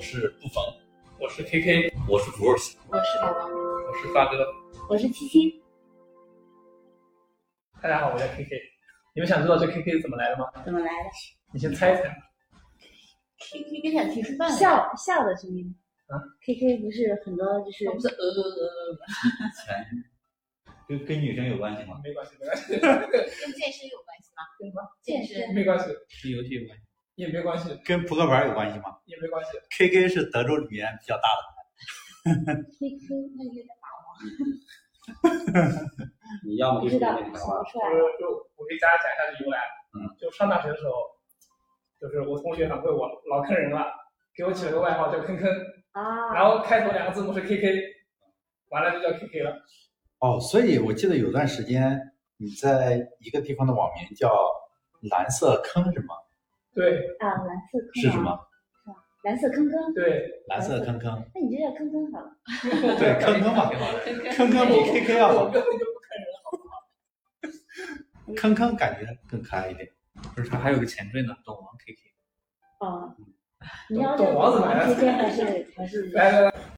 是不妨，我是 KK，我是 Bruce。我是哦宝宝，我是发哥。我是七七。大家好，我叫 KK。你们想知道这 KK 是怎么来的吗？怎么来的你先猜一猜。 ？K K 跟小提吃饭笑笑笑的声音啊，K K 不是很多就是不是呃呃呃呃，前跟跟女生有关系吗？没关系，没关系，跟健身有关系吗？跟什么？健身没关系，跟游戏有关系。也没关系，跟扑克牌有关系吗也没关系。 ？KK 是德州里面比较大的， K K，那有点麻你要么不就是知道那想个啥，不出来。我就我给大家讲一下这由来。嗯。就上大学的时候，就是我同学反馈我老坑人了，给我起了个外号叫坑坑，啊，然后开头两个字母是 KK，完了就叫 KK 了。哦，所以我记得有段时间你在一个地方的网名叫“蓝色坑”是吗？对啊，蓝色坑是什啊？么？蓝色坑坑，对，蓝色坑坑。那你就叫坑坑好了。对，坑坑嘛，烦。坑坑比 KK 要我 好根，本就坑坑感觉更可爱一点。不是它还有个前缀呢，懂王 KK。哦，你要懂叫懂王怎么来的 K K 还是还是来来来，